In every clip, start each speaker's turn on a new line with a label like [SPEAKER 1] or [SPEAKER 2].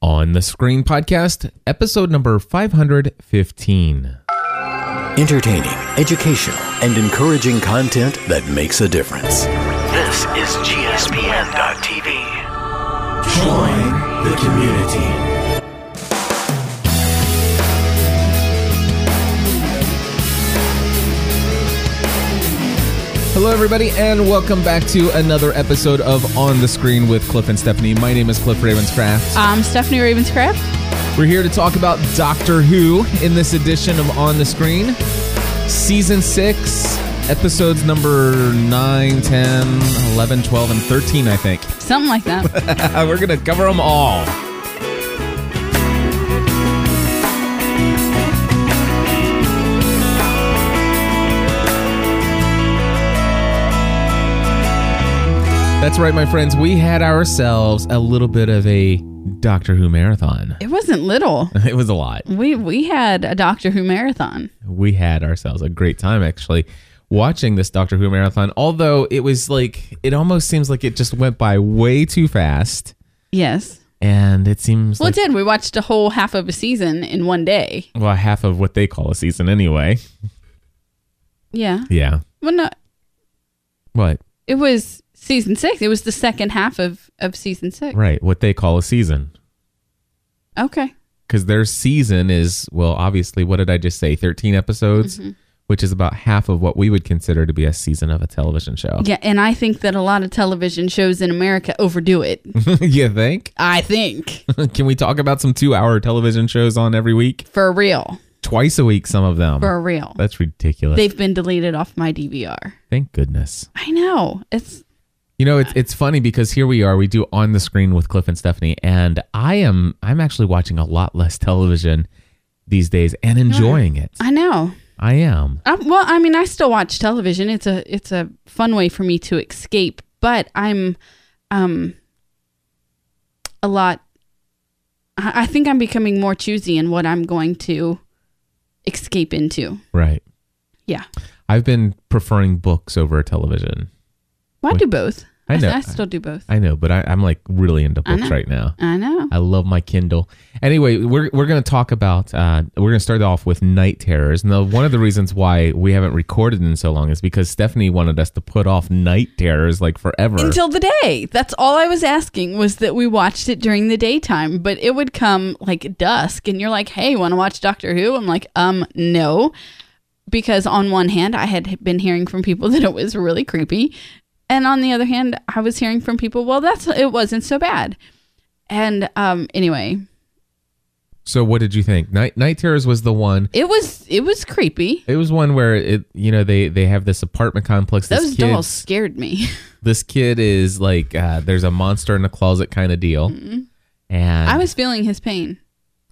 [SPEAKER 1] On the Screen Podcast, episode number 515.
[SPEAKER 2] Entertaining, educational, and encouraging content that makes a difference.
[SPEAKER 3] This is GSPN.TV.
[SPEAKER 4] Join the community.
[SPEAKER 1] Hello, everybody, and welcome back to another episode of On the Screen with Cliff and Stephanie. My name is Cliff Ravenscraft.
[SPEAKER 5] I'm Um, Stephanie Ravenscraft.
[SPEAKER 1] We're here to talk about Doctor Who in this edition of On the Screen, Season 6, episodes number 9, 10, 11, 12, and 13, I think.
[SPEAKER 5] Something like that.
[SPEAKER 1] Uh, We're going to cover them all. That's right, my friends. We had ourselves a little bit of a Doctor Who marathon.
[SPEAKER 5] it wasn't little.
[SPEAKER 1] It was a lot.
[SPEAKER 5] We we had a Doctor Who marathon.
[SPEAKER 1] We had ourselves a great time actually watching this Doctor Who marathon. Although it was like it almost seems like it just went by way too fast,
[SPEAKER 5] Yes.
[SPEAKER 1] and it seems
[SPEAKER 5] Well,
[SPEAKER 1] like
[SPEAKER 5] it did. We watched a whole half of a season in one day.
[SPEAKER 1] well half of what they call a season anyway.
[SPEAKER 5] Yeah.
[SPEAKER 1] Yeah.
[SPEAKER 5] Well, no,
[SPEAKER 1] What?
[SPEAKER 5] it was season six. It was the second half of of season six.
[SPEAKER 1] Right. What they call a season.
[SPEAKER 5] Okay.
[SPEAKER 1] Because their season is, well, obviously, what did I just say? 13 episodes,
[SPEAKER 5] Mm-hmm.
[SPEAKER 1] which is about half of what we would consider to be a season of a television show.
[SPEAKER 5] Yeah, and I think that a lot of television shows in America overdo it.
[SPEAKER 1] you think?
[SPEAKER 5] I think
[SPEAKER 1] Can we talk about some two hour television shows on every week?
[SPEAKER 5] for real,
[SPEAKER 1] Twice a week, some of them.
[SPEAKER 5] for real.
[SPEAKER 1] That's ridiculous.
[SPEAKER 5] They've been deleted off my DVR.
[SPEAKER 1] Thank goodness.
[SPEAKER 5] I know. It's
[SPEAKER 1] You know, it's it's funny because here we are. We do on the screen with Cliff and Stephanie, and I am I'm actually watching a lot less television these days and enjoying it.
[SPEAKER 5] I know.
[SPEAKER 1] I am.
[SPEAKER 5] Um, well, I mean, I still watch television. It's a it's a fun way for me to escape, but I'm um a lot. I I think I'm becoming more choosy in what I'm going to escape into.
[SPEAKER 1] Right.
[SPEAKER 5] Yeah,
[SPEAKER 1] I've been preferring books over television.
[SPEAKER 5] well, I do both.
[SPEAKER 1] I know.
[SPEAKER 5] I, still do both.
[SPEAKER 1] I know, but I, I'm like really into
[SPEAKER 5] I
[SPEAKER 1] books
[SPEAKER 5] know.
[SPEAKER 1] right now.
[SPEAKER 5] I know.
[SPEAKER 1] I love my Kindle. Anyway, we're we're gonna talk about uh, we're gonna start off with night terrors. Now, one of the reasons why we haven't recorded in so long is because Stephanie wanted us to put off night terrors like forever.
[SPEAKER 5] Until the day. That's all I was asking was that we watched it during the daytime, but it would come like dusk and you're like, "Hey, want to watch Doctor Who?" I'm like, "Um, no." Because on one hand, I had been hearing from people that it was really creepy, and on the other hand, I was hearing from people, "Well, that's it wasn't so bad." And um anyway,
[SPEAKER 1] so, what did you think? Night night terrors was the one
[SPEAKER 5] it was it was creepy.
[SPEAKER 1] It was one where it, you know, they they have this apartment complex. This
[SPEAKER 5] Those
[SPEAKER 1] kid,
[SPEAKER 5] dolls scared me.
[SPEAKER 1] This kid is like, uh, there's a monster in the closet kind of deal, and
[SPEAKER 5] Mm-hmm. I was feeling his pain.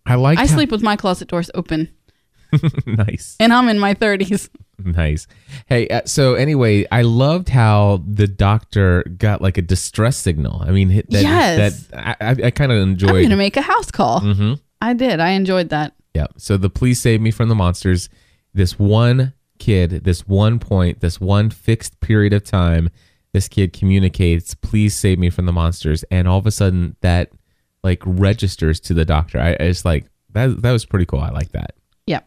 [SPEAKER 1] I like.
[SPEAKER 5] I sleep with my closet doors open,
[SPEAKER 1] nice,
[SPEAKER 5] and I'm in my 30s.
[SPEAKER 1] nice. Hey, uh, so anyway, I loved how the doctor got like a distress signal. I mean, hit that,
[SPEAKER 5] Yes.
[SPEAKER 1] that I, I, I kind of
[SPEAKER 5] I'm
[SPEAKER 1] enjoyed.
[SPEAKER 5] gonna make a house call.
[SPEAKER 1] mm-hmm.
[SPEAKER 5] I did. I enjoyed that.
[SPEAKER 1] Yeah. So the police saved me from the monsters. This one kid, this one point, this one fixed period of time, this kid communicates, please save me from the monsters. And all of a sudden that like registers to the doctor. I, I just like that that was pretty cool. I like that.
[SPEAKER 5] Yeah.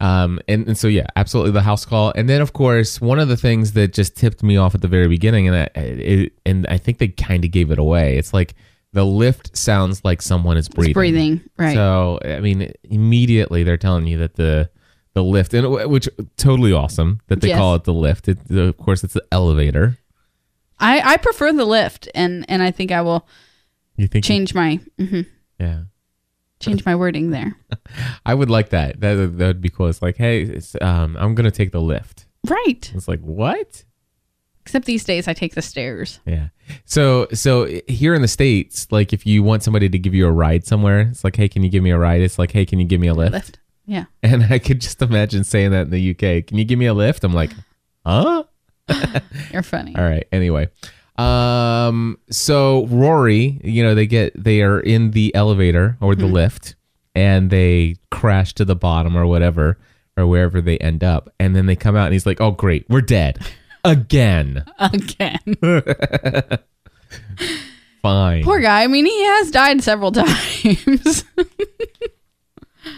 [SPEAKER 1] Um, and, and so, yeah, absolutely the house call. And then, of course, one of the things that just tipped me off at the very beginning, and I, it, and I think they kind of gave it away. It's like the lift sounds like someone is breathing.
[SPEAKER 5] It's breathing. Right.
[SPEAKER 1] So, I mean, immediately they're telling you that the the lift, and it- which totally awesome that they
[SPEAKER 5] Yes.
[SPEAKER 1] call it the lift. It, of course, it's the elevator.
[SPEAKER 5] I, I prefer the lift and, and I think I will
[SPEAKER 1] You think?
[SPEAKER 5] change my mhm,
[SPEAKER 1] yeah.
[SPEAKER 5] change my wording there.
[SPEAKER 1] I would like that. That that would be cool. It's like, hey, it's, um, I'm gonna take the lift.
[SPEAKER 5] Right.
[SPEAKER 1] It's like what?
[SPEAKER 5] Except these days I take the stairs.
[SPEAKER 1] Yeah. So so here in the states, like if you want somebody to give you a ride somewhere, it's like, hey, can you give me a ride? It's like, hey, can you give me a lift?
[SPEAKER 5] Lift. Yeah.
[SPEAKER 1] And I could just imagine saying that in the UK. Can you give me a lift? I'm like, huh?
[SPEAKER 5] You're funny.
[SPEAKER 1] All right. Anyway. Um so Rory, you know, they get they are in the elevator or the lift and they crash to the bottom or whatever or wherever they end up and then they come out and he's like, "Oh great, we're dead." Again.
[SPEAKER 5] Again.
[SPEAKER 1] Fine.
[SPEAKER 5] Poor guy. I mean he has died several times. James.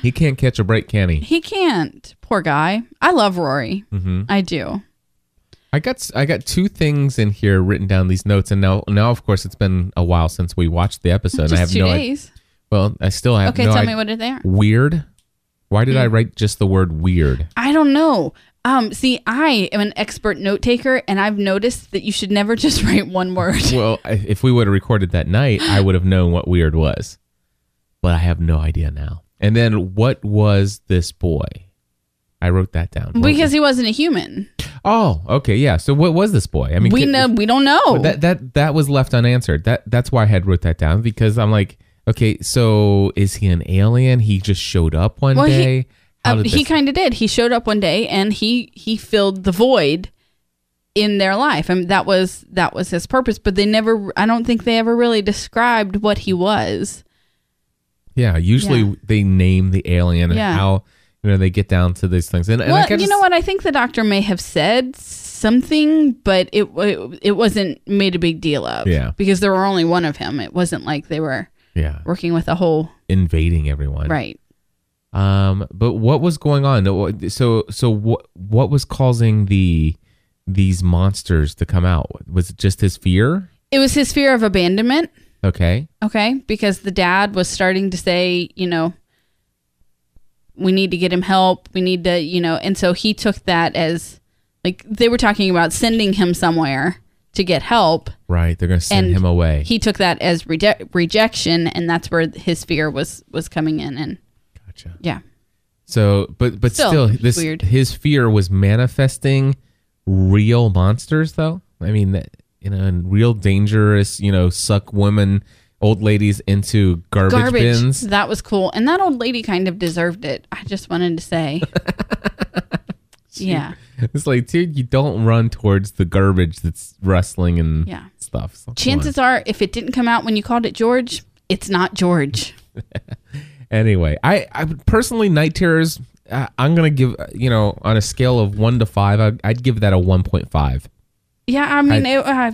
[SPEAKER 1] He can't catch a break, can he?
[SPEAKER 5] he can't. Poor guy. I love Rory.
[SPEAKER 1] Mm-hmm.
[SPEAKER 5] I do.
[SPEAKER 1] I got I got two things in here written down these notes, and now now of course it's been a while since we watched the episode. and
[SPEAKER 5] Just
[SPEAKER 1] I have
[SPEAKER 5] two
[SPEAKER 1] no i-
[SPEAKER 5] days.
[SPEAKER 1] Well, I still have
[SPEAKER 5] okay,
[SPEAKER 1] no
[SPEAKER 5] tell
[SPEAKER 1] i-
[SPEAKER 5] me what are they are.
[SPEAKER 1] Weird. Why did I write just the word weird?
[SPEAKER 5] I don't know. Um, see, I am an expert note taker, and I've noticed that you should never just write one word.
[SPEAKER 1] Well, I- if we would have recorded that night, I would have known what weird was. But I have no idea now. And then what was this boy? I wrote that down. What
[SPEAKER 5] Because
[SPEAKER 1] was-
[SPEAKER 5] he wasn't a human.
[SPEAKER 1] Oh, okay, yeah. So what was this boy? I mean,
[SPEAKER 5] we
[SPEAKER 1] can-
[SPEAKER 5] know we don't know.
[SPEAKER 1] But that that that was left unanswered. That that's why I had wrote that down because I'm like, okay, so is he an alien? He just showed up one
[SPEAKER 5] Well, he-
[SPEAKER 1] day. How
[SPEAKER 5] Um,
[SPEAKER 1] did
[SPEAKER 5] he
[SPEAKER 1] this-
[SPEAKER 5] kind of did. He showed up one day and he he filled the void in their life. I mean, that was that was his purpose. But they never. I don't think they ever really described what he was.
[SPEAKER 1] yeah. Usually
[SPEAKER 5] Yeah.
[SPEAKER 1] they name the alien
[SPEAKER 5] Yeah.
[SPEAKER 1] and how you know they get down to these things. And, and I
[SPEAKER 5] well,
[SPEAKER 1] kinda
[SPEAKER 5] you know what? I think the doctor may have said something, but it it, it wasn't made a big deal of.
[SPEAKER 1] Yeah.
[SPEAKER 5] because there were only one of him. It wasn't like they were
[SPEAKER 1] Yeah,
[SPEAKER 5] working with a whole
[SPEAKER 1] invading everyone.
[SPEAKER 5] right.
[SPEAKER 1] Um, but what was going on? What- So so what what was causing the these monsters to come out? Was it just his fear?
[SPEAKER 5] It was his fear of abandonment.
[SPEAKER 1] Okay.
[SPEAKER 5] Okay, because the dad was starting to say, you know, we need to get him help. We need to, you know, and so he took that as like they were talking about sending him somewhere to get help.
[SPEAKER 1] Right. They're gonna send
[SPEAKER 5] and
[SPEAKER 1] him away.
[SPEAKER 5] He took that as reje- rejection, and that's where his fear was was coming in. And
[SPEAKER 1] gotcha.
[SPEAKER 5] yeah,
[SPEAKER 1] So, but but still,
[SPEAKER 5] Still, it's
[SPEAKER 1] this
[SPEAKER 5] weird.
[SPEAKER 1] his fear was manifesting real monsters, though. I mean, that, you know, and real dangerous, you know, suck women, old ladies into garbage,
[SPEAKER 5] garbage.
[SPEAKER 1] bins.
[SPEAKER 5] That was cool, and that old lady kind of deserved it. I just wanted to say, yeah,
[SPEAKER 1] It's like, dude, you don't run towards the garbage that's wrestling and
[SPEAKER 5] Yeah.
[SPEAKER 1] stuff. So, come on.
[SPEAKER 5] chances are, if it didn't come out when you called it George, it's not George.
[SPEAKER 1] Anyway, I, I would- personally night terrors. Uh, I'm gonna give uh, you know on a scale of one to five, I, I'd give that a one point five.
[SPEAKER 5] Yeah, I mean, it, uh,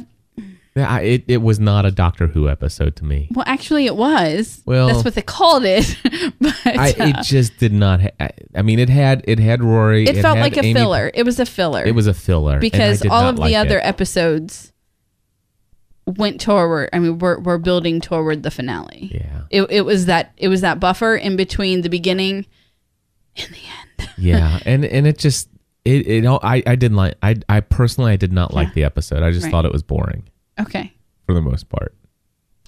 [SPEAKER 1] Yeah, I- it it was not a Doctor Who episode to me.
[SPEAKER 5] well, actually, it was.
[SPEAKER 1] Well-
[SPEAKER 5] that's what they called it, but
[SPEAKER 1] I,
[SPEAKER 5] uh,
[SPEAKER 1] it just did not. Ha- I- I mean, it had it had Rory.
[SPEAKER 5] it, felt
[SPEAKER 1] had
[SPEAKER 5] like a
[SPEAKER 1] Amy-
[SPEAKER 5] filler. It was a filler.
[SPEAKER 1] It was a filler and I
[SPEAKER 5] because
[SPEAKER 1] did
[SPEAKER 5] all
[SPEAKER 1] not
[SPEAKER 5] of
[SPEAKER 1] like
[SPEAKER 5] the other
[SPEAKER 1] it.
[SPEAKER 5] episodes went toward. I mean, we're we're building toward the finale.
[SPEAKER 1] Yeah.
[SPEAKER 5] It, it was that it was that buffer in between the beginning.
[SPEAKER 1] yeah, and and it just it it all, I I didn't like I I personally I did not like the episode. I just
[SPEAKER 5] Right.
[SPEAKER 1] thought it was boring
[SPEAKER 5] Okay,
[SPEAKER 1] for the most part.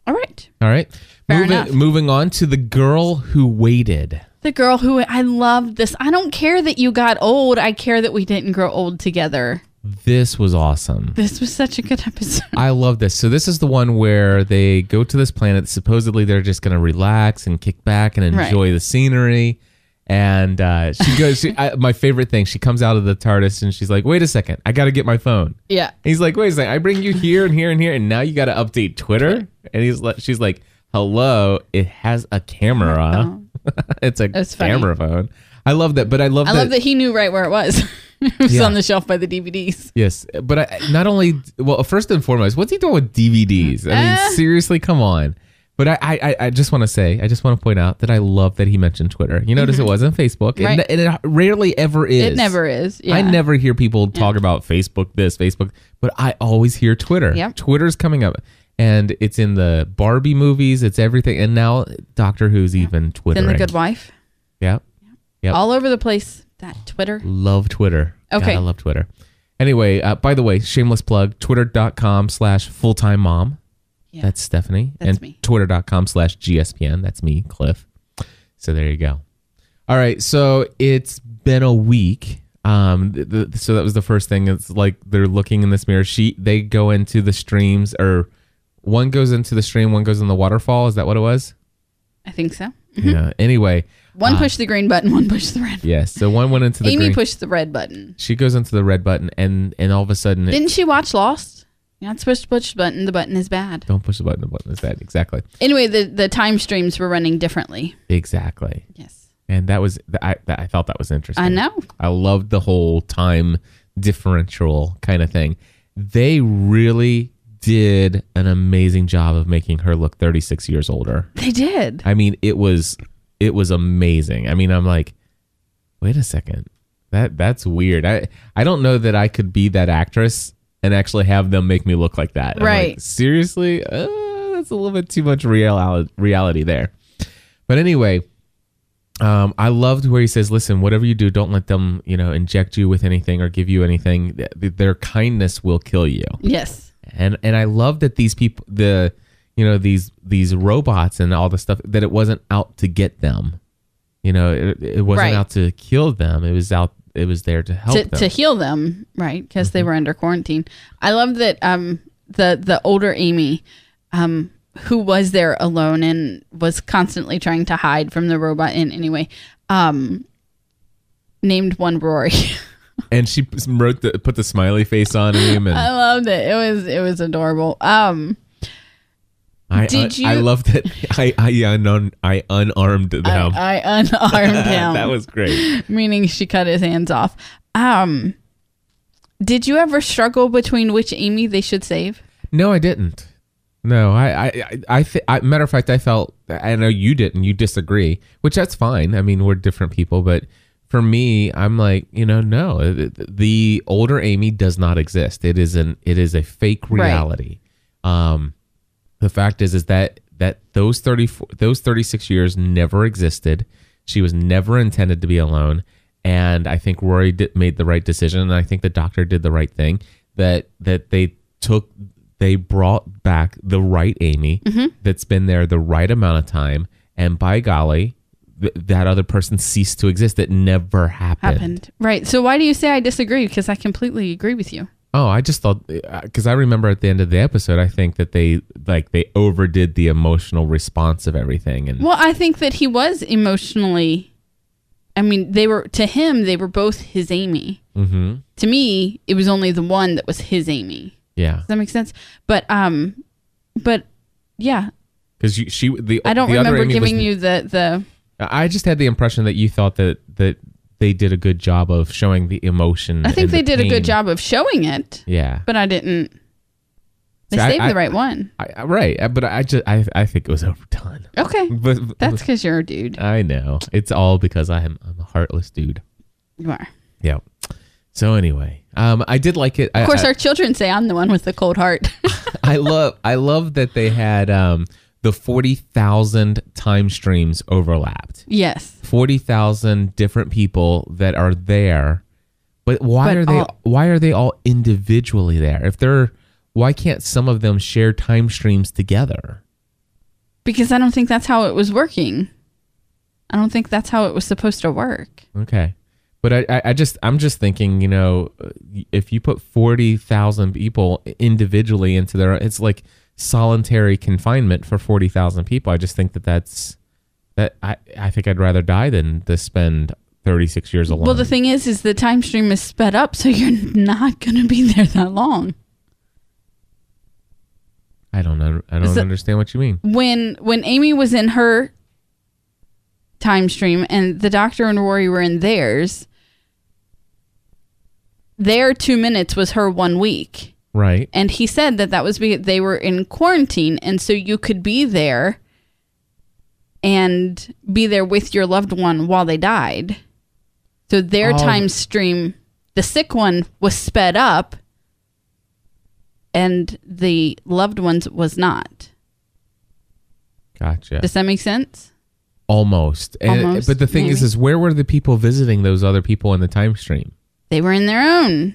[SPEAKER 5] all right.
[SPEAKER 1] All right,
[SPEAKER 5] Fair
[SPEAKER 1] moving
[SPEAKER 5] enough.
[SPEAKER 1] moving on to the girl who waited.
[SPEAKER 5] The girl who I loved this. I don't care that you got old. I care that we didn't grow old together.
[SPEAKER 1] This was awesome.
[SPEAKER 5] This was such a good episode.
[SPEAKER 1] I love this. So this is the one where they go to this planet. Supposedly they're just going to relax and kick back and
[SPEAKER 5] Right.
[SPEAKER 1] enjoy the scenery. And uh, she goes. She, I, my favorite thing. She comes out of the TARDIS and she's like, "Wait a second, I got to get my phone."
[SPEAKER 5] Yeah.
[SPEAKER 1] He's like, "Wait a second, I bring you here and here and here, and now you got to update Twitter." And he's like, "She's like, hello, it has a camera. it's a
[SPEAKER 5] That's funny.
[SPEAKER 1] camera phone." I love that, but I love
[SPEAKER 5] I
[SPEAKER 1] that.
[SPEAKER 5] love that he knew right where it was. it was
[SPEAKER 1] Yeah.
[SPEAKER 5] on the shelf by the DVDs.
[SPEAKER 1] Yes, but I, not only well, first and foremost, what's he doing with DVDs? I mean,
[SPEAKER 5] Eh.
[SPEAKER 1] seriously, come on. But I, I, I- I just want to say, I just want to point out that I love that he mentioned Twitter. You notice it wasn't Facebook,
[SPEAKER 5] Mm-hmm. Right.
[SPEAKER 1] and, and it rarely ever is.
[SPEAKER 5] It never is. Yeah.
[SPEAKER 1] I never hear people talk about Facebook this, Facebook, but I always hear Twitter.
[SPEAKER 5] Yep.
[SPEAKER 1] Twitter's coming up, and it's in the Barbie movies. It's everything, and now Doctor Who's even Twitter.
[SPEAKER 5] Then the Good Wife.
[SPEAKER 1] Yeah. Yep.
[SPEAKER 5] All over the place. That Twitter.
[SPEAKER 1] love Twitter. God,
[SPEAKER 5] Okay.
[SPEAKER 1] I love Twitter. Anyway, uh, by the way, shameless plug, twitter.com slash full-time mom.
[SPEAKER 5] Yeah.
[SPEAKER 1] That's Stephanie.
[SPEAKER 5] That's
[SPEAKER 1] and
[SPEAKER 5] me.
[SPEAKER 1] twitter.com slash GSPN. That's me, Cliff. So there you go. All right. So it's been a week. Um, th- th- so that was the first thing. It's like they're looking in this mirror. She, they go into the streams or one goes into the stream, one goes in the waterfall. Is that what it was?
[SPEAKER 5] I think so.
[SPEAKER 1] Yeah. Anyway.
[SPEAKER 5] One pushed the green button, one pushed the red.
[SPEAKER 1] Yes. So one went into Uh, the
[SPEAKER 5] Amy
[SPEAKER 1] green.
[SPEAKER 5] pushed the red button.
[SPEAKER 1] she goes into the red button and, and all of a sudden it-
[SPEAKER 5] Didn't she watch Lost? You're not supposed to push the button. The button is bad.
[SPEAKER 1] Don't push the button. The button is that exactly,
[SPEAKER 5] Anyway, the, the time streams were running differently.
[SPEAKER 1] exactly.
[SPEAKER 5] Yes.
[SPEAKER 1] And that was th- I. That, I thought that was interesting.
[SPEAKER 5] I know.
[SPEAKER 1] I loved the whole time differential kind of thing. They really did an amazing job of making her look 36 years older.
[SPEAKER 5] They did.
[SPEAKER 1] I mean, it was it was amazing. I mean, I'm like, wait a second, that that's weird. I I don't know that I could be that actress and actually have them make me look like that. I'm like,
[SPEAKER 5] Right.
[SPEAKER 1] seriously, uh, that's a little bit too much real reality there. But anyway, um, I loved where he says, "Listen, whatever you do, don't let them, you know, inject you with anything or give you anything. Th- Their kindness will kill you."
[SPEAKER 5] Yes.
[SPEAKER 1] and and I love that these people the you know these these robots and all the stuff that it wasn't out to get them you know it, it wasn't
[SPEAKER 5] Right.
[SPEAKER 1] out to kill them it was out it was there to help
[SPEAKER 5] To,
[SPEAKER 1] them Mm-hmm.
[SPEAKER 5] to heal them, right? Because they were under quarantine. I love that um the the older Amy, um, who was there alone and was constantly trying to hide from the robot in any way, um, named one Rory.
[SPEAKER 1] and she p- wrote the put the smiley face on him and
[SPEAKER 5] I loved it. It was it was adorable. Um,
[SPEAKER 1] I,
[SPEAKER 5] did
[SPEAKER 1] I, I
[SPEAKER 5] you-
[SPEAKER 1] love that I I un, I unarmed them
[SPEAKER 5] I, I unarmed him.
[SPEAKER 1] that was great
[SPEAKER 5] meaning she cut his hands off. Um, did you ever struggle between which Amy they should save?
[SPEAKER 1] no I didn't no I I I, I, th- I matter of fact I felt I know you didn't you disagree which that's fine I mean we're different people but for me I'm like you know no the, the older Amy does not exist it is an it is a fake
[SPEAKER 5] Right.
[SPEAKER 1] reality um the fact is is that that those 34 those 36 years never existed she was never intended to be alone and i think rory did, made the right decision and i think the doctor did the right thing that that they took they brought back the right amy that's been there the right amount of time and by golly th- that other person ceased to exist it never
[SPEAKER 5] Happened. Right. So why do you say I disagree? Because I completely agree with you.
[SPEAKER 1] Oh, I just thought because I remember at the end of the episode, I think that they like they overdid the emotional response of everything, and
[SPEAKER 5] Well, I think that he was emotionally. I mean, they were to him. They were both his Amy.
[SPEAKER 1] hmm
[SPEAKER 5] To me, it was only the one that was his Amy.
[SPEAKER 1] yeah,
[SPEAKER 5] Does that make sense? But um, but yeah,
[SPEAKER 1] because she the
[SPEAKER 5] I don't
[SPEAKER 1] the other
[SPEAKER 5] remember
[SPEAKER 1] Amy
[SPEAKER 5] giving
[SPEAKER 1] was-
[SPEAKER 5] you the the
[SPEAKER 1] I just had the impression that you thought that that they did a good job of showing the emotion.
[SPEAKER 5] I think
[SPEAKER 1] and
[SPEAKER 5] they
[SPEAKER 1] the
[SPEAKER 5] did a
[SPEAKER 1] pain.
[SPEAKER 5] good job of showing it,
[SPEAKER 1] Yeah,
[SPEAKER 5] but I didn't. They
[SPEAKER 1] See, I-
[SPEAKER 5] saved
[SPEAKER 1] I-
[SPEAKER 5] the right one.
[SPEAKER 1] I, I- right. I- But I just I I think it was overdone.
[SPEAKER 5] Okay,
[SPEAKER 1] But
[SPEAKER 5] that's because you're a dude.
[SPEAKER 1] I know it's all because I am I'm a heartless dude.
[SPEAKER 5] You are.
[SPEAKER 1] Yeah. So anyway, um, I did like it.
[SPEAKER 5] Of course,
[SPEAKER 1] I,
[SPEAKER 5] our children say I'm the one with the cold heart.
[SPEAKER 1] I love I love that they had um the forty thousand time streams overlapped.
[SPEAKER 5] yes,
[SPEAKER 1] Forty thousand different people that are there, but why
[SPEAKER 5] But
[SPEAKER 1] are they
[SPEAKER 5] all-
[SPEAKER 1] why are they all individually there? If they're why can't some of them share time streams together?
[SPEAKER 5] because I don't think that's how it was working. I don't think that's how it was supposed to work.
[SPEAKER 1] Okay, but I I, I just I'm just thinking you know if you put forty thousand people individually into their it's like solitary confinement for forty thousand people. I just think that that's that I I think I'd rather die than to spend thirty six years alone.
[SPEAKER 5] Well, the thing is, is the time stream is sped up, so you're not going to be there that long.
[SPEAKER 1] I don't know. I
[SPEAKER 5] Is
[SPEAKER 1] don't
[SPEAKER 5] it-
[SPEAKER 1] understand what you mean.
[SPEAKER 5] When when Amy was in her time stream and the doctor and Rory were in theirs, their two minutes was her one week.
[SPEAKER 1] Right.
[SPEAKER 5] and he said that that was because they were in quarantine and so you could be there and be there with your loved one while they died so their
[SPEAKER 1] Oh.
[SPEAKER 5] time stream the sick one was sped up and the loved ones was not
[SPEAKER 1] Gotcha.
[SPEAKER 5] does that make sense
[SPEAKER 1] Almost. And-
[SPEAKER 5] Almost,
[SPEAKER 1] but the thing is,
[SPEAKER 5] maybe.
[SPEAKER 1] is where were the people visiting those other people in the time stream?
[SPEAKER 5] they were in their own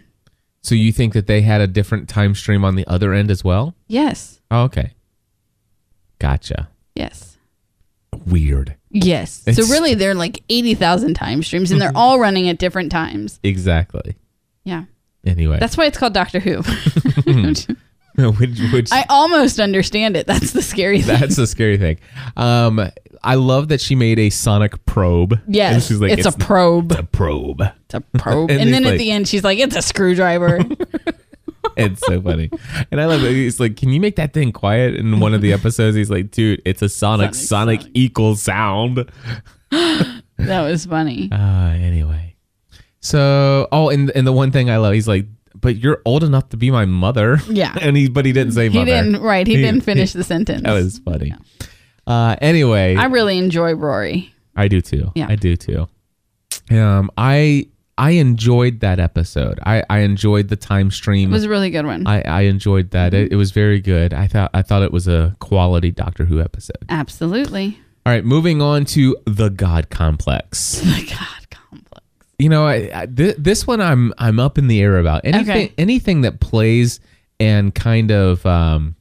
[SPEAKER 1] So you think that they had a different time stream on the other end as well?
[SPEAKER 5] yes
[SPEAKER 1] Oh, okay. Gotcha.
[SPEAKER 5] yes
[SPEAKER 1] Weird.
[SPEAKER 5] yes
[SPEAKER 1] It's- Mm-hmm.
[SPEAKER 5] so really they're like 80000 time streams and they're all running at different times
[SPEAKER 1] Exactly.
[SPEAKER 5] yeah
[SPEAKER 1] Anyway,
[SPEAKER 5] that's why it's called doctor who
[SPEAKER 1] which, which
[SPEAKER 5] I almost understand it. That's the scary thing.
[SPEAKER 1] that's the scary thing. Um, I love that she made a sonic probe. And
[SPEAKER 5] yes,
[SPEAKER 1] she's like,
[SPEAKER 5] it's, a probe.
[SPEAKER 1] a probe.
[SPEAKER 5] It's a probe.
[SPEAKER 1] And
[SPEAKER 5] and, then
[SPEAKER 1] he's
[SPEAKER 5] at
[SPEAKER 1] like-
[SPEAKER 5] the end, she's like, "It's a screwdriver."
[SPEAKER 1] It's so funny. And I love it. He's like, can you make that thing quiet? In one of the episodes, he's like, dude, it's a sonic. Sonic, equals sound.
[SPEAKER 5] that was funny.
[SPEAKER 1] Uh, anyway. So, oh, and, and the one thing I love, he's like, but you're old enough to be my mother.
[SPEAKER 5] Yeah.
[SPEAKER 1] and he, but he didn't say
[SPEAKER 5] He
[SPEAKER 1] mother.
[SPEAKER 5] didn't. Right. He, didn't finish the sentence.
[SPEAKER 1] That was funny. Uh, anyway,
[SPEAKER 5] I really enjoy Rory.
[SPEAKER 1] I do too.
[SPEAKER 5] Yeah.
[SPEAKER 1] I do too. Um, I I enjoyed that episode. I I enjoyed the time
[SPEAKER 5] It Mm-hmm.
[SPEAKER 1] stream.
[SPEAKER 5] was a really good one.
[SPEAKER 1] I I enjoyed that. It, it was very good. I thought I thought it was a quality Doctor Who episode.
[SPEAKER 5] Absolutely.
[SPEAKER 1] All right, moving on to the God Complex.
[SPEAKER 5] My God, complex.
[SPEAKER 1] You know, I, I thi- this one I'm I'm up in the air about anything
[SPEAKER 5] Okay.
[SPEAKER 1] anything that plays and kind of um,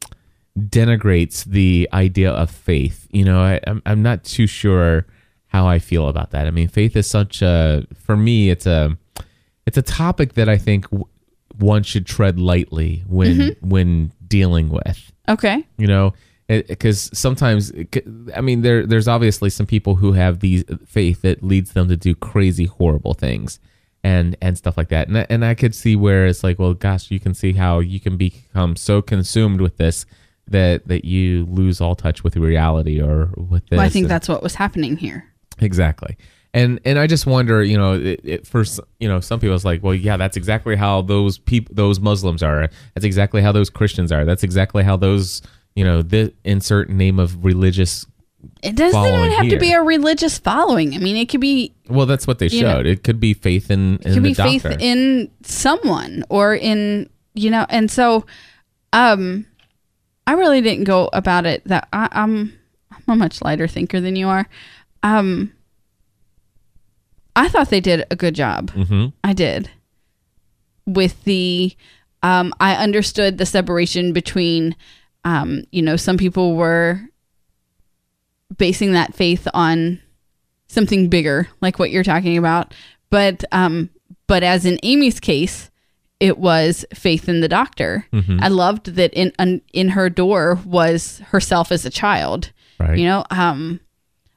[SPEAKER 1] denigrates the idea of faith. You know, I, I'm I'm not too sure how I feel about that. I mean, faith is such a for me it's a it's a topic that I think w- one should tread lightly when when dealing with
[SPEAKER 5] Okay.
[SPEAKER 1] you know because sometimes it c- i mean there there's obviously some people who have these faith that leads them to do crazy horrible things and and stuff like that and, I- and i could see where it's like well gosh you can see how you can become so consumed with this that that you lose all touch with reality or with this
[SPEAKER 5] Well, I think
[SPEAKER 1] and-
[SPEAKER 5] that's what was happening here.
[SPEAKER 1] Exactly. And and I just wonder, you know, it, it for s- you know, some people it's like, well, yeah, that's exactly how those people, those Muslims are. That's exactly how those Christians are. That's exactly how those, you know, the insert name of religious.
[SPEAKER 5] It doesn't even
[SPEAKER 1] Following
[SPEAKER 5] have to be
[SPEAKER 1] here.
[SPEAKER 5] a religious following. I mean, it could be
[SPEAKER 1] Well, that's what they
[SPEAKER 5] You know,
[SPEAKER 1] showed. it could be faith in, in
[SPEAKER 5] it could
[SPEAKER 1] the
[SPEAKER 5] be
[SPEAKER 1] doctor.
[SPEAKER 5] faith in someone or in you know. And so, um, I really didn't go about it that I, I'm I'm a much lighter thinker than you are. Um, I thought they did a good job.
[SPEAKER 1] hmm
[SPEAKER 5] I did. With the, um, I understood the separation between, um, you know, some people were basing that faith on something bigger, like what you're talking about. But, um, but as in Amy's case, it was faith in the doctor. I loved that in un, in her door was herself as a child.
[SPEAKER 1] Right.
[SPEAKER 5] You know, um,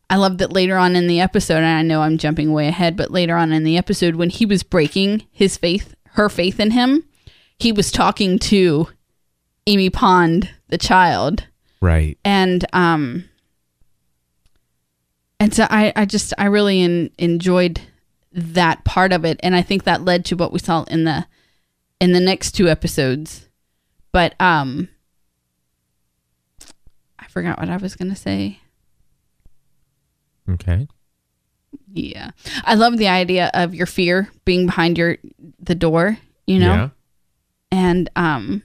[SPEAKER 5] I love that later on in the episode, and I know I'm jumping way ahead, but later on in the episode, when he was breaking his faith, her faith in him, he was talking to Amy Pond, the child,
[SPEAKER 1] Right.
[SPEAKER 5] and um, and so I, I just, I really en- enjoyed that part of it, and I think that led to what we saw in the in the next two episodes, but um, I forgot what I was gonna say.
[SPEAKER 1] Okay.
[SPEAKER 5] Yeah. I love the idea of your fear being behind your the door, you know?
[SPEAKER 1] Yeah.
[SPEAKER 5] And um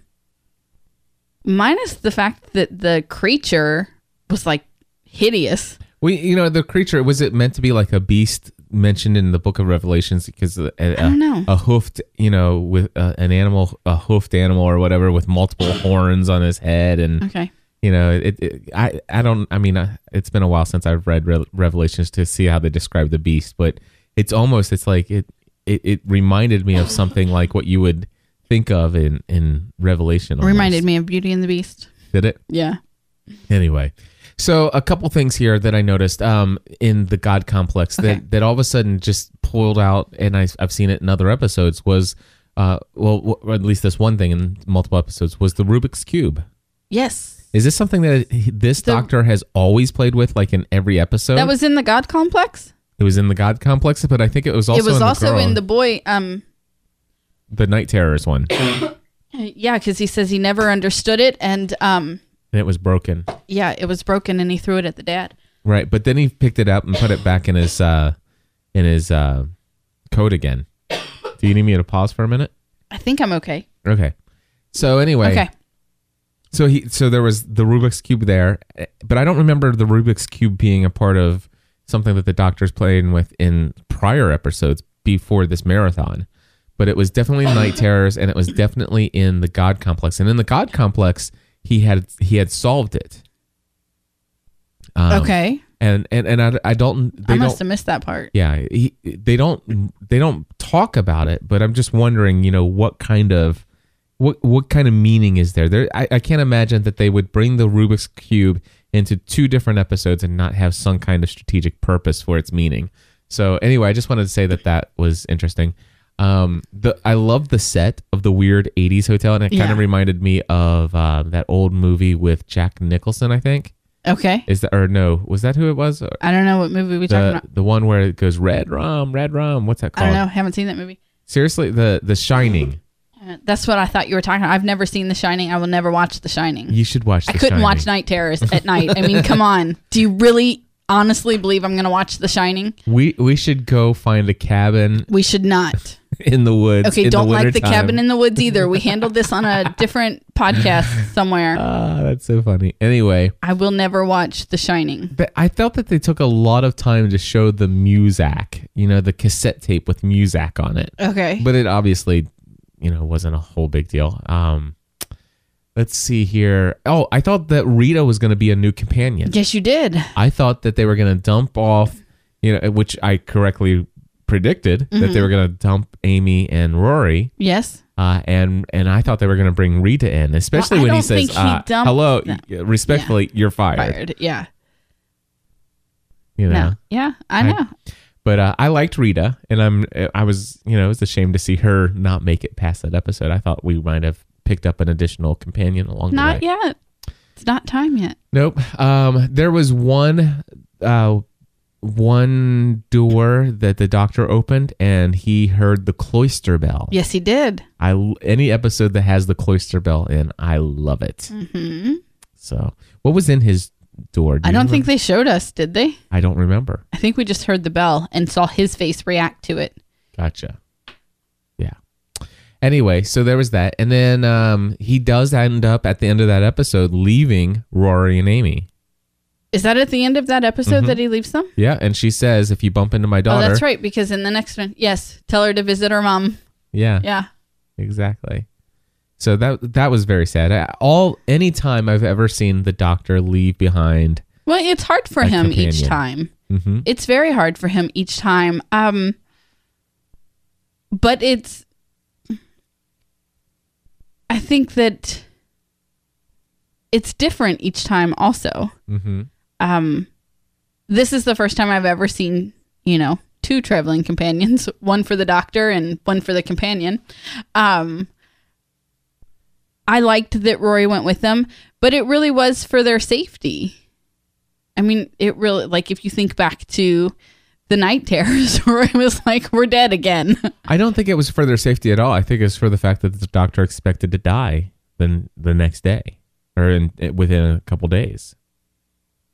[SPEAKER 5] minus the fact that the creature was like hideous.
[SPEAKER 1] We, you know, the creature was it meant to be like a beast mentioned in the Book of Revelations because a, a,
[SPEAKER 5] don't know.
[SPEAKER 1] a hoofed, you know, with uh, an animal, a hoofed animal or whatever, with multiple horns on his head, and
[SPEAKER 5] Okay.
[SPEAKER 1] you know, it, it. I, I don't. I mean, I, it's been a while since I've read Re- Revelations to see how they describe the beast, but it's almost it's like it, it, it reminded me of something like what you would think of in in Revelation. Almost.
[SPEAKER 5] Reminded me of Beauty and the Beast.
[SPEAKER 1] did it?
[SPEAKER 5] Yeah.
[SPEAKER 1] Anyway, so a couple things here that I noticed um, in the God complex
[SPEAKER 5] Okay.
[SPEAKER 1] that, that all of a sudden just pulled out, and I, I've seen it in other episodes was, uh, well, w- or at least this one thing in multiple episodes was the Rubik's cube.
[SPEAKER 5] Yes.
[SPEAKER 1] Is this something that he- this
[SPEAKER 5] The-
[SPEAKER 1] doctor has always played with, like in every episode?
[SPEAKER 5] That was in the God complex.
[SPEAKER 1] it was in the God complex, but I think it was also
[SPEAKER 5] it was
[SPEAKER 1] in
[SPEAKER 5] also
[SPEAKER 1] the girl-
[SPEAKER 5] in the boy um
[SPEAKER 1] the night terrors one, and
[SPEAKER 5] yeah, cuz he says he never understood it and um
[SPEAKER 1] it was broken.
[SPEAKER 5] yeah, it was broken and he threw it at the dad.
[SPEAKER 1] Right, but then he picked it up and put it back in his uh, in his uh, coat again. Do you need me to pause for a minute?
[SPEAKER 5] I think I'm okay.
[SPEAKER 1] Okay. So anyway,
[SPEAKER 5] Okay.
[SPEAKER 1] so he so there was the Rubik's cube there, eh, but I don't remember the Rubik's cube being a part of something that the doctors played with in prior episodes before this marathon. But it was definitely in Night Terrors, and it was definitely in the God Complex. And in the God Complex, he had he had solved it. Um,
[SPEAKER 5] okay.
[SPEAKER 1] And and and I, I don't they
[SPEAKER 5] I
[SPEAKER 1] don't
[SPEAKER 5] must have missed that part.
[SPEAKER 1] yeah he, they don't they don't talk about it but i'm just wondering you know what kind of what what kind of meaning is there there I, I can't imagine that they would bring the rubik's cube into two different episodes and not have some kind of strategic purpose for its meaning so anyway i just wanted to say that that was interesting um the i love the set of the weird 80s hotel and it kind
[SPEAKER 5] Yeah.
[SPEAKER 1] of reminded me of uh, that old movie with jack nicholson i think
[SPEAKER 5] Okay.
[SPEAKER 1] is that or no was that who it was
[SPEAKER 5] I don't know what movie we talking
[SPEAKER 1] the,
[SPEAKER 5] about.
[SPEAKER 1] the one where it goes red rum, red rum. What's that
[SPEAKER 5] I
[SPEAKER 1] called?
[SPEAKER 5] don't know. Haven't seen that movie.
[SPEAKER 1] Seriously, the The Shining.
[SPEAKER 5] Uh, That's what I thought you were talking about. I've never seen The Shining. I will never watch The Shining.
[SPEAKER 1] You should watch.
[SPEAKER 5] I
[SPEAKER 1] The
[SPEAKER 5] couldn't
[SPEAKER 1] Shining.
[SPEAKER 5] watch Night Terrors at night. I mean, come on. Do you really honestly believe I'm going to watch The Shining?
[SPEAKER 1] We we should go find a cabin
[SPEAKER 5] We should not.
[SPEAKER 1] in the woods.
[SPEAKER 5] Okay,
[SPEAKER 1] in
[SPEAKER 5] don't like the
[SPEAKER 1] wintertime.
[SPEAKER 5] cabin in the woods either. We handled this on a different podcast somewhere.
[SPEAKER 1] Ah, that's so funny. Anyway,
[SPEAKER 5] I will never watch The Shining.
[SPEAKER 1] but I felt that they took a lot of time to show the Muzak, you know, the cassette tape with Muzak on it.
[SPEAKER 5] Okay.
[SPEAKER 1] But it obviously, you know, wasn't a whole big deal. Um, let's see here. Oh, I thought that Rita was going to be a new companion.
[SPEAKER 5] yes, you did.
[SPEAKER 1] I thought that they were going to dump off, you know, which I correctly predicted that
[SPEAKER 5] Mm-hmm.
[SPEAKER 1] they were going to dump Amy and Rory.
[SPEAKER 5] Yes.
[SPEAKER 1] Uh, and and I thought they were going to bring Rita in, especially
[SPEAKER 5] Well, I
[SPEAKER 1] when he
[SPEAKER 5] don't
[SPEAKER 1] says,
[SPEAKER 5] think he
[SPEAKER 1] uh,
[SPEAKER 5] dumped
[SPEAKER 1] "Hello,
[SPEAKER 5] them.
[SPEAKER 1] y- respectfully, you're fired."
[SPEAKER 5] Fired. Yeah.
[SPEAKER 1] You know,
[SPEAKER 5] No. Yeah, I know.
[SPEAKER 1] but uh, I liked Rita, and I'm I was you know it was a shame to see her not make it past that episode. I thought we might have picked up an additional companion along the way.
[SPEAKER 5] not yet. It's not time yet.
[SPEAKER 1] Nope. Um, there was one, uh, one door that the doctor opened, and he heard the cloister bell.
[SPEAKER 5] Yes, he did.
[SPEAKER 1] I any episode that has the cloister bell in, I love it.
[SPEAKER 5] hmm
[SPEAKER 1] So, what was in his door? Do
[SPEAKER 5] I
[SPEAKER 1] you
[SPEAKER 5] don't think
[SPEAKER 1] remember?
[SPEAKER 5] they showed us, did they?
[SPEAKER 1] I don't remember.
[SPEAKER 5] I think we just heard the bell and saw his face react to it.
[SPEAKER 1] Gotcha. Yeah. Anyway, so there was that, and then um, he does end up at the end of that episode leaving Rory and Amy.
[SPEAKER 5] Is that at the end of that episode that he leaves them?
[SPEAKER 1] Yeah, and she says, "If you bump into my Mm-hmm. daughter,
[SPEAKER 5] Oh, that's right. Because in the next one, yes, tell her to visit her mom.
[SPEAKER 1] yeah,
[SPEAKER 5] Yeah.
[SPEAKER 1] Exactly. So that that was very sad. I- All any time I've ever seen the doctor leave behind.
[SPEAKER 5] Well, it's hard for
[SPEAKER 1] A
[SPEAKER 5] him each
[SPEAKER 1] companion.
[SPEAKER 5] time.
[SPEAKER 1] Mhm.
[SPEAKER 5] It's very hard for him each time. Um, but it's. I think that it's different each time. Also,
[SPEAKER 1] Mhm.
[SPEAKER 5] um, this is the first time I've ever seen you know two traveling companions, one for the doctor and one for the companion. Um, I liked that Rory went with them, but it really was for their safety. I mean, it really like if you think back to the night terrors, where it was like we're dead again.
[SPEAKER 1] I don't think it was for their safety at all. I think it's for the fact that the doctor expected to die then the next day or in, eh, within a couple days.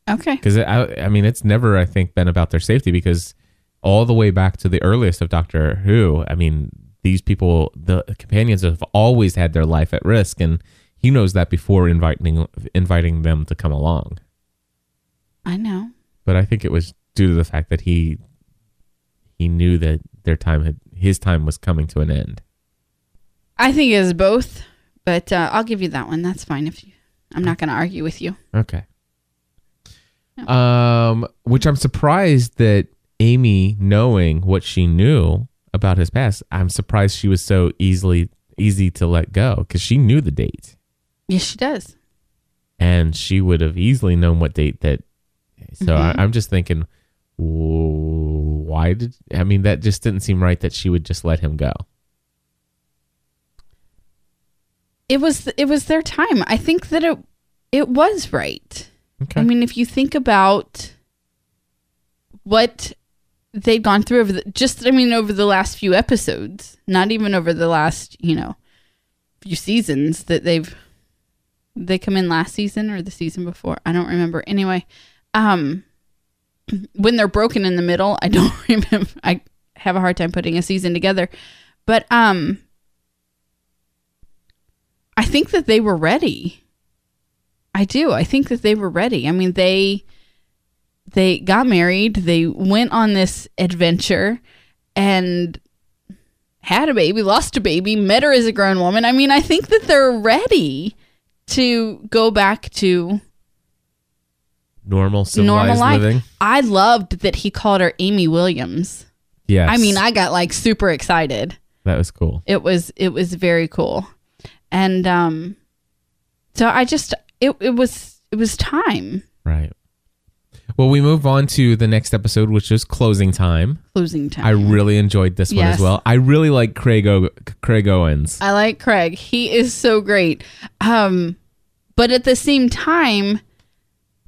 [SPEAKER 5] okay.
[SPEAKER 1] Because I I mean it's never I think been about their safety because all the way back to the earliest of Doctor Who. I mean these people the companions have always had their life at risk and he knows that before inviting inviting them to come along.
[SPEAKER 5] I know.
[SPEAKER 1] but I think it was due to the fact that he he knew that their time had his time was coming to an end.
[SPEAKER 5] I think it is both, but uh, I'll give you that one. That's fine if you. I'm not going to argue with you.
[SPEAKER 1] Okay. Um, which I'm surprised that Amy, knowing what she knew about his past, I'm surprised she was so easily easy to let go because she knew the date
[SPEAKER 5] Yes, she does.
[SPEAKER 1] and she would have easily known what date that. So I, I'm just thinking, w- why did I mean that just didn't seem right that she would just let him go.
[SPEAKER 5] it was it was their time. I think that it it was right.
[SPEAKER 1] Okay.
[SPEAKER 5] I mean, if you think about what they'd gone through over the, just I mean over the last few episodes, not even over the last you know few seasons that they've they come in last season or the season before. I don't remember. Anyway, um when they're broken in the middle, I don't remember. I have a hard time putting a season together. But um I think that they were ready. I do. I think that they were ready. I mean, they they got married, they went on this adventure and had a baby, lost a baby, met her as a grown woman. I mean, I think that they're ready to go back to
[SPEAKER 1] normal
[SPEAKER 5] normal
[SPEAKER 1] civilized
[SPEAKER 5] life.
[SPEAKER 1] living.
[SPEAKER 5] I loved that he called her Amy Williams.
[SPEAKER 1] Yes.
[SPEAKER 5] I mean, I got like super excited.
[SPEAKER 1] that was cool.
[SPEAKER 5] It was it was very cool. And um so I just it it was it was time
[SPEAKER 1] Right. Well, we move on to the next episode, which is closing time.
[SPEAKER 5] closing time.
[SPEAKER 1] I really enjoyed this one
[SPEAKER 5] Yes.
[SPEAKER 1] as well. I really like Craig o- Craig Owens.
[SPEAKER 5] I like Craig. He is so great. Um, but at the same time,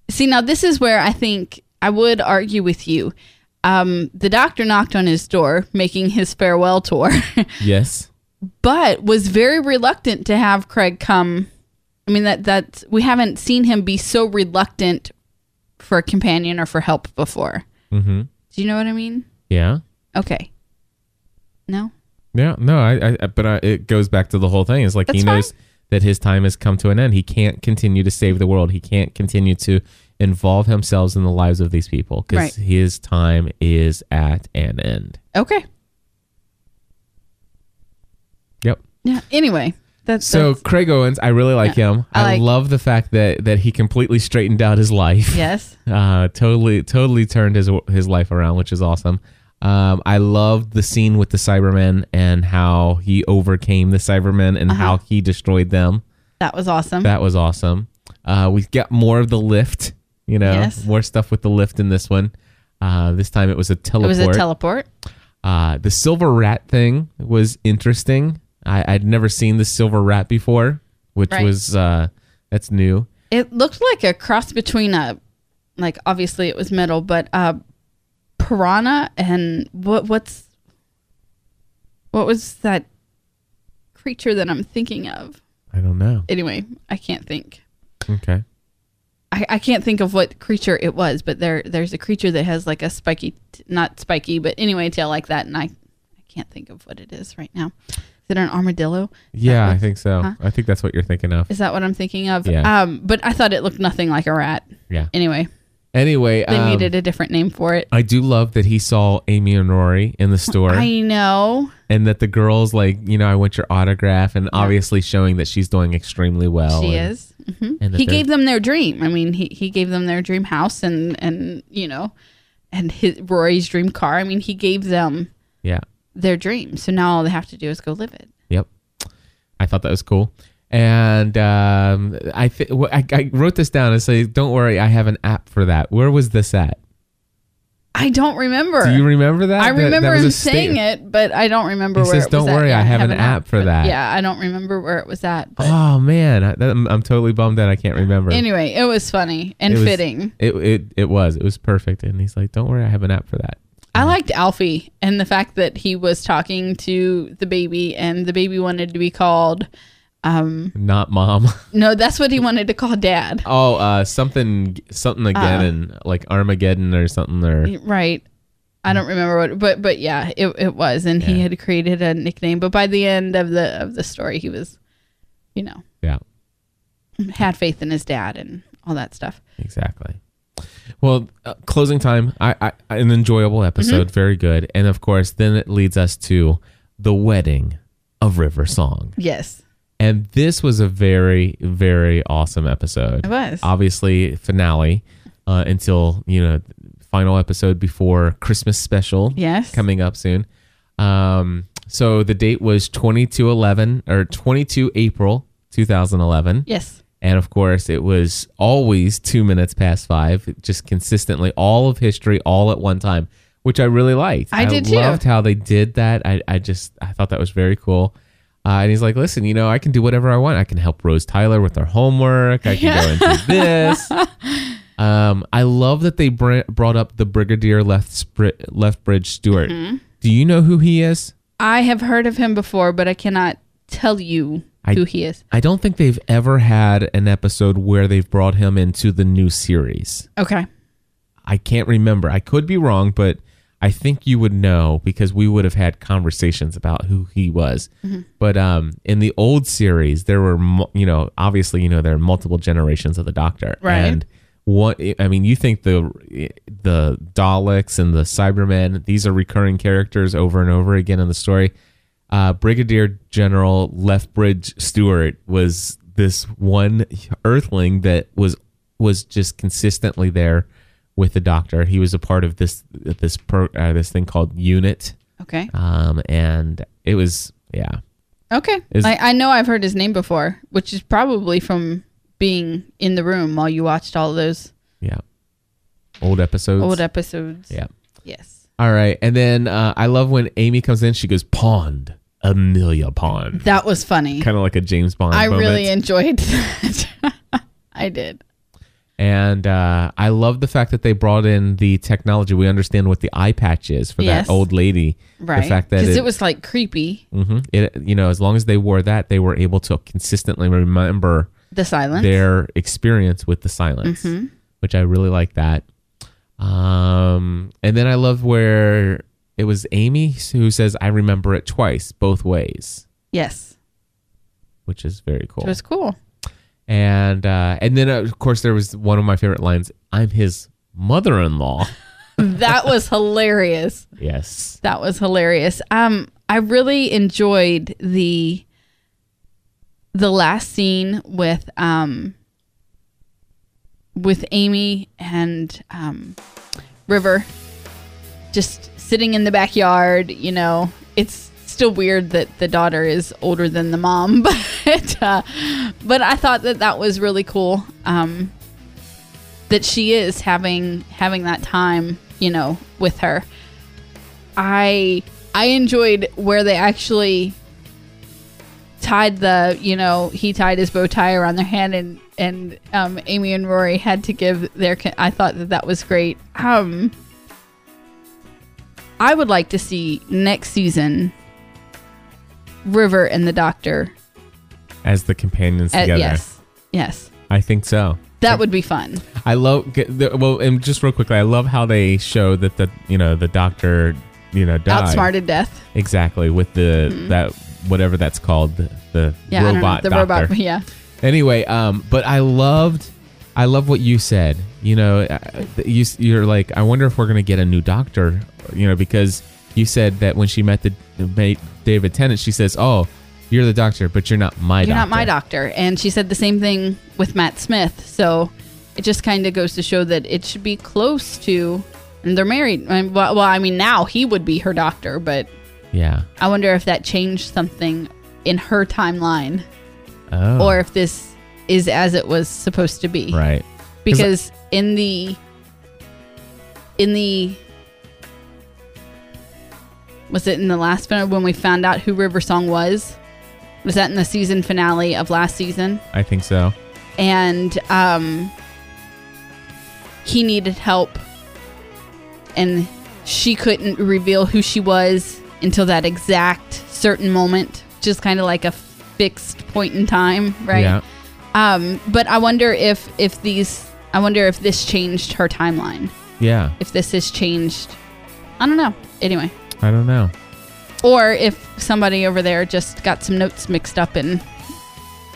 [SPEAKER 5] see, now this is where I think I would argue with you. Um, the doctor knocked on his door, making his farewell tour.
[SPEAKER 1] yes.
[SPEAKER 5] but was very reluctant to have Craig come. I mean that that's we haven't seen him be so reluctant for a companion or for help before.
[SPEAKER 1] Mm-hmm.
[SPEAKER 5] Do you know what I mean?
[SPEAKER 1] Yeah.
[SPEAKER 5] Okay. No.
[SPEAKER 1] Yeah, no, I, I but I, it goes back to the whole thing. It's like he
[SPEAKER 5] That's
[SPEAKER 1] knows
[SPEAKER 5] fine.
[SPEAKER 1] that his time has come to an end. He can't continue to save the world. He can't continue to involve himself in the lives of these people because
[SPEAKER 5] Right.
[SPEAKER 1] his time is at an end.
[SPEAKER 5] Okay.
[SPEAKER 1] Yep.
[SPEAKER 5] Yeah. Anyway, that's
[SPEAKER 1] So
[SPEAKER 5] that's-
[SPEAKER 1] Craig Owens, I really like him.
[SPEAKER 5] I
[SPEAKER 1] I,
[SPEAKER 5] like-
[SPEAKER 1] love the fact that that he completely straightened out his life.
[SPEAKER 5] yes.
[SPEAKER 1] Uh, totally, totally turned his his life around, which is awesome. Um, I loved the scene with the Cybermen and how he overcame the Cybermen
[SPEAKER 5] Uh-huh.
[SPEAKER 1] and how he destroyed them.
[SPEAKER 5] That was awesome.
[SPEAKER 1] That was awesome. Uh, we got more of the lift, you know,
[SPEAKER 5] Yes.
[SPEAKER 1] more stuff with the lift in this one. Uh, this time it was a teleport.
[SPEAKER 5] it was a teleport.
[SPEAKER 1] uh, the silver rat thing was interesting. I, I'd never seen the silver rat before, which
[SPEAKER 5] Right.
[SPEAKER 1] was uh, that's new.
[SPEAKER 5] It looked like a cross between a like obviously it was metal, but uh piranha and what what's what was that creature that I'm thinking of?
[SPEAKER 1] I don't know.
[SPEAKER 5] Anyway, I can't think.
[SPEAKER 1] Okay.
[SPEAKER 5] I, I can't think of what creature it was, but there there's a creature that has like a spiky, t- not spiky, but anyway, tail like that, and I, I can't think of what it is right now. Is it an armadillo?
[SPEAKER 1] Yeah,
[SPEAKER 5] what-
[SPEAKER 1] I think so.
[SPEAKER 5] huh?
[SPEAKER 1] I think that's what you're thinking of.
[SPEAKER 5] Is that what I'm thinking of?
[SPEAKER 1] Yeah.
[SPEAKER 5] Um, but I thought it looked nothing like a rat.
[SPEAKER 1] Yeah.
[SPEAKER 5] Anyway,
[SPEAKER 1] Anyway,
[SPEAKER 5] they
[SPEAKER 1] um,
[SPEAKER 5] needed a different name for it.
[SPEAKER 1] I do love that he saw Amy and Rory in the store.
[SPEAKER 5] I know
[SPEAKER 1] and that the girl's like, you know, I want your autograph, and obviously showing that she's doing extremely well.
[SPEAKER 5] she
[SPEAKER 1] and-
[SPEAKER 5] is. hmm
[SPEAKER 1] and that
[SPEAKER 5] He
[SPEAKER 1] they're-
[SPEAKER 5] gave them their dream. I mean, he he gave them their dream house and and you know, and his Rory's dream car. I mean, he gave them
[SPEAKER 1] Yeah.
[SPEAKER 5] their dream. So now all they have to do is go live it.
[SPEAKER 1] Yep. I thought that was cool. And um, I, th- wh- I I wrote this down and say, don't worry, I have an app for that. Where was this at?
[SPEAKER 5] I don't remember.
[SPEAKER 1] Do you remember that?
[SPEAKER 5] I
[SPEAKER 1] That- that
[SPEAKER 5] remember
[SPEAKER 1] was a
[SPEAKER 5] him
[SPEAKER 1] sta-
[SPEAKER 5] saying it, but I don't remember
[SPEAKER 1] He
[SPEAKER 5] where
[SPEAKER 1] says,
[SPEAKER 5] it was
[SPEAKER 1] "Don't
[SPEAKER 5] at.
[SPEAKER 1] worry,
[SPEAKER 5] Yeah,
[SPEAKER 1] I have an app for
[SPEAKER 5] but-
[SPEAKER 1] that.
[SPEAKER 5] Yeah, I don't remember where it was at. But
[SPEAKER 1] Oh man, I, that, I'm, I'm totally bummed that I can't remember.
[SPEAKER 5] anyway, it was funny and
[SPEAKER 1] It was-
[SPEAKER 5] fitting.
[SPEAKER 1] It, it it was it was perfect. And he's like, don't worry, I have an app for that.
[SPEAKER 5] I liked Alfie and the fact that he was talking to the baby and the baby wanted to be called Mm-hmm.
[SPEAKER 1] Not mom.
[SPEAKER 5] No, that's what he wanted to call dad.
[SPEAKER 1] oh, uh, something something again, and like Armageddon or something or
[SPEAKER 5] Right. I don't remember what but but yeah, it, it was and he
[SPEAKER 1] Yeah.
[SPEAKER 5] had created a nickname, but by the end of the of the story he was you know,
[SPEAKER 1] yeah.
[SPEAKER 5] had faith in his dad and all that stuff.
[SPEAKER 1] Exactly. Well, uh, closing time. I, I an enjoyable
[SPEAKER 5] Mm-hmm.
[SPEAKER 1] episode, very good, and of course, then it leads us to the wedding of River Song,
[SPEAKER 5] Yes.
[SPEAKER 1] and this was a very, very awesome episode.
[SPEAKER 5] It was.
[SPEAKER 1] obviously finale uh, until you know final episode before Christmas special.
[SPEAKER 5] Yes.
[SPEAKER 1] coming up soon. Um, so the date was twenty two eleven or twenty two April two thousand eleven.
[SPEAKER 5] Yes.
[SPEAKER 1] And of course, it was always two minutes past five, just consistently all of history all at one time, which I really liked.
[SPEAKER 5] I did too.
[SPEAKER 1] loved how they did that. I, I just I thought that was very cool. Uh, and he's like, listen, you know, I can do whatever I want. I can help Rose Tyler with her homework. I can go and do this. Um, I love that they br- brought up the Brigadier Left Spri- Leftbridge Stewart.
[SPEAKER 5] Mm-hmm.
[SPEAKER 1] Do you know who he is?
[SPEAKER 5] I have heard of him before, but I cannot tell you
[SPEAKER 1] I-
[SPEAKER 5] who he is.
[SPEAKER 1] I don't think they've ever had an episode where they've brought him into the new series.
[SPEAKER 5] Okay.
[SPEAKER 1] I can't remember. I could be wrong, but I think you would know because we would have had conversations about who he was. But um, in the old series, there were mu- you know obviously you know there are multiple generations of the Doctor,
[SPEAKER 5] Right.
[SPEAKER 1] And what I mean, you think the the Daleks and the Cybermen these are recurring characters over and over again in the story. Uh, Brigadier General Leftbridge Stewart was this one Earthling that was was just consistently there with the Doctor. He was a part of this this pro, uh, this thing called Unit,
[SPEAKER 5] Okay.
[SPEAKER 1] um, and it was yeah
[SPEAKER 5] Okay.
[SPEAKER 1] Is-
[SPEAKER 5] I, I know I've heard his name before, which is probably from being in the room while you watched all those
[SPEAKER 1] yeah old episodes
[SPEAKER 5] old episodes.
[SPEAKER 1] yeah.
[SPEAKER 5] Yes.
[SPEAKER 1] All right, and then uh, I love when Amy comes in. She goes Pond Amelia Pond,
[SPEAKER 5] That was funny.
[SPEAKER 1] kind of like a James Bond.
[SPEAKER 5] I
[SPEAKER 1] moment.
[SPEAKER 5] really enjoyed that. I did.
[SPEAKER 1] And uh, I love the fact that they brought in the technology. We understand what the eye patch is for
[SPEAKER 5] Yes.
[SPEAKER 1] that old lady.
[SPEAKER 5] Right.
[SPEAKER 1] The fact that
[SPEAKER 5] Because
[SPEAKER 1] it,
[SPEAKER 5] it, was like creepy,
[SPEAKER 1] Mhm. it, you know, as long as they wore that, they were able to consistently remember
[SPEAKER 5] the silence. Mm-hmm.
[SPEAKER 1] their experience with the silence, which I really like that. Um, and then I love where it was Amy who says, "I remember it twice, both ways,"
[SPEAKER 5] Yes.
[SPEAKER 1] which is very cool.
[SPEAKER 5] It was cool.
[SPEAKER 1] and uh, and then uh, of course there was one of my favorite lines: "I'm his mother-in-law."
[SPEAKER 5] That was hilarious.
[SPEAKER 1] yes,
[SPEAKER 5] That was hilarious. Um, I really enjoyed the the last scene with um with Amy and um River just sitting in the backyard, you know. It's still weird that the daughter is older than the mom, but uh, but I thought that that was really cool. Um that she is having having that time, you know, with her. I I enjoyed where they actually tied the you know he tied his bow tie around their hand and and um, Amy and Rory had to give their con- I thought that that was great. Um, I would like to see next season River and the Doctor.
[SPEAKER 1] as the companions
[SPEAKER 5] Uh,
[SPEAKER 1] together.
[SPEAKER 5] yes, yes,
[SPEAKER 1] I think so.
[SPEAKER 5] that would be fun.
[SPEAKER 1] I love g- the- well, and just real quickly, I love how they show that the you know the doctor you know died.
[SPEAKER 5] Outsmarted death.
[SPEAKER 1] Exactly, with the that whatever that's called, the, the
[SPEAKER 5] Yeah, I don't know,
[SPEAKER 1] robot
[SPEAKER 5] the
[SPEAKER 1] doctor.
[SPEAKER 5] robot. Yeah,
[SPEAKER 1] Anyway, um, but I loved, I love what you said. You know, uh, you you're like, I wonder if we're gonna get a new doctor. You know, because you said that when she met the the mate David Tennant, she says, "Oh, you're the doctor, but you're not my
[SPEAKER 5] you're
[SPEAKER 1] doctor.
[SPEAKER 5] not my doctor. And she said the same thing with Matt Smith. So it just kind of goes to show that it should be close to, and they're married. I mean, Well, well, I mean, now he would be her doctor, but
[SPEAKER 1] Yeah.
[SPEAKER 5] I wonder if that changed something in her timeline
[SPEAKER 1] Oh.
[SPEAKER 5] or if this is as it was supposed to be.
[SPEAKER 1] right.
[SPEAKER 5] Because in the, in the, was it in the last finale when we found out who River Song was? Was that in the season finale of last season?
[SPEAKER 1] I think so.
[SPEAKER 5] and um, he needed help, and she couldn't reveal who she was until that exact certain moment, just kind of like a fixed point in time, right?
[SPEAKER 1] Yeah.
[SPEAKER 5] Um, but I wonder if if these, I wonder if this changed her timeline.
[SPEAKER 1] Yeah.
[SPEAKER 5] If this has changed, I don't know. Anyway,
[SPEAKER 1] I don't know.
[SPEAKER 5] or if somebody over there just got some notes mixed up and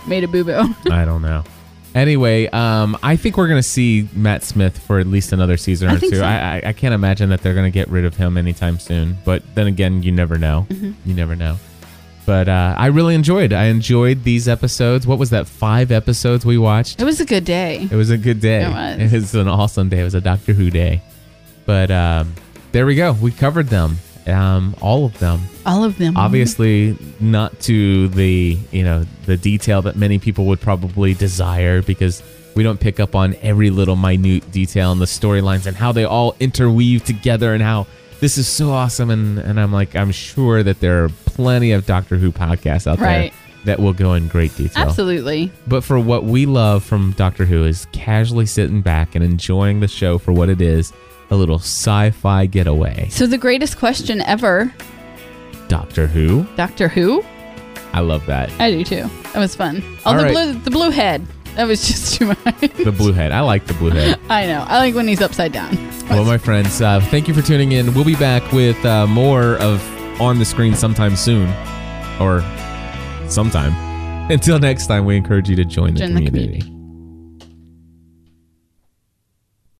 [SPEAKER 5] made a boo boo.
[SPEAKER 1] I don't know. Anyway, um, I think we're gonna see Matt Smith for at least another season
[SPEAKER 5] I
[SPEAKER 1] or
[SPEAKER 5] think
[SPEAKER 1] two.
[SPEAKER 5] so.
[SPEAKER 1] I, I I can't imagine that they're gonna get rid of him anytime soon. But then again, you never know.
[SPEAKER 5] Mm-hmm.
[SPEAKER 1] You never know. But uh, I really enjoyed. I enjoyed these episodes. What was that? Five episodes we watched.
[SPEAKER 5] it was a good day.
[SPEAKER 1] It was a good day.
[SPEAKER 5] It was.
[SPEAKER 1] It was an awesome day. It was a Doctor Who day. But um, there we go. We covered them, um, all of them
[SPEAKER 5] All of them.
[SPEAKER 1] obviously not to the you know the detail that many people would probably desire because we don't pick up on every little minute detail in the storylines and how they all interweave together and how this is so awesome and and I'm like I'm sure that there are plenty of Doctor Who podcasts out
[SPEAKER 5] Right.
[SPEAKER 1] there that will go in great detail.
[SPEAKER 5] Absolutely.
[SPEAKER 1] But for what we love from Doctor Who is casually sitting back and enjoying the show for what it is, a little sci-fi getaway.
[SPEAKER 5] So the greatest question ever,
[SPEAKER 1] Doctor Who?
[SPEAKER 5] Doctor Who?
[SPEAKER 1] I love that.
[SPEAKER 5] I do too. That was fun. Oh,
[SPEAKER 1] All
[SPEAKER 5] the
[SPEAKER 1] right.
[SPEAKER 5] blue, the blue head. That was just too much.
[SPEAKER 1] The blue head. I like the blue head.
[SPEAKER 5] I know. I like when he's upside down.
[SPEAKER 1] Well, my friends, uh, thank you for tuning in. We'll be back with uh, more of On the Screen sometime soon or sometime. Until next time, we encourage you to join the
[SPEAKER 5] Join the
[SPEAKER 1] community.
[SPEAKER 5] community.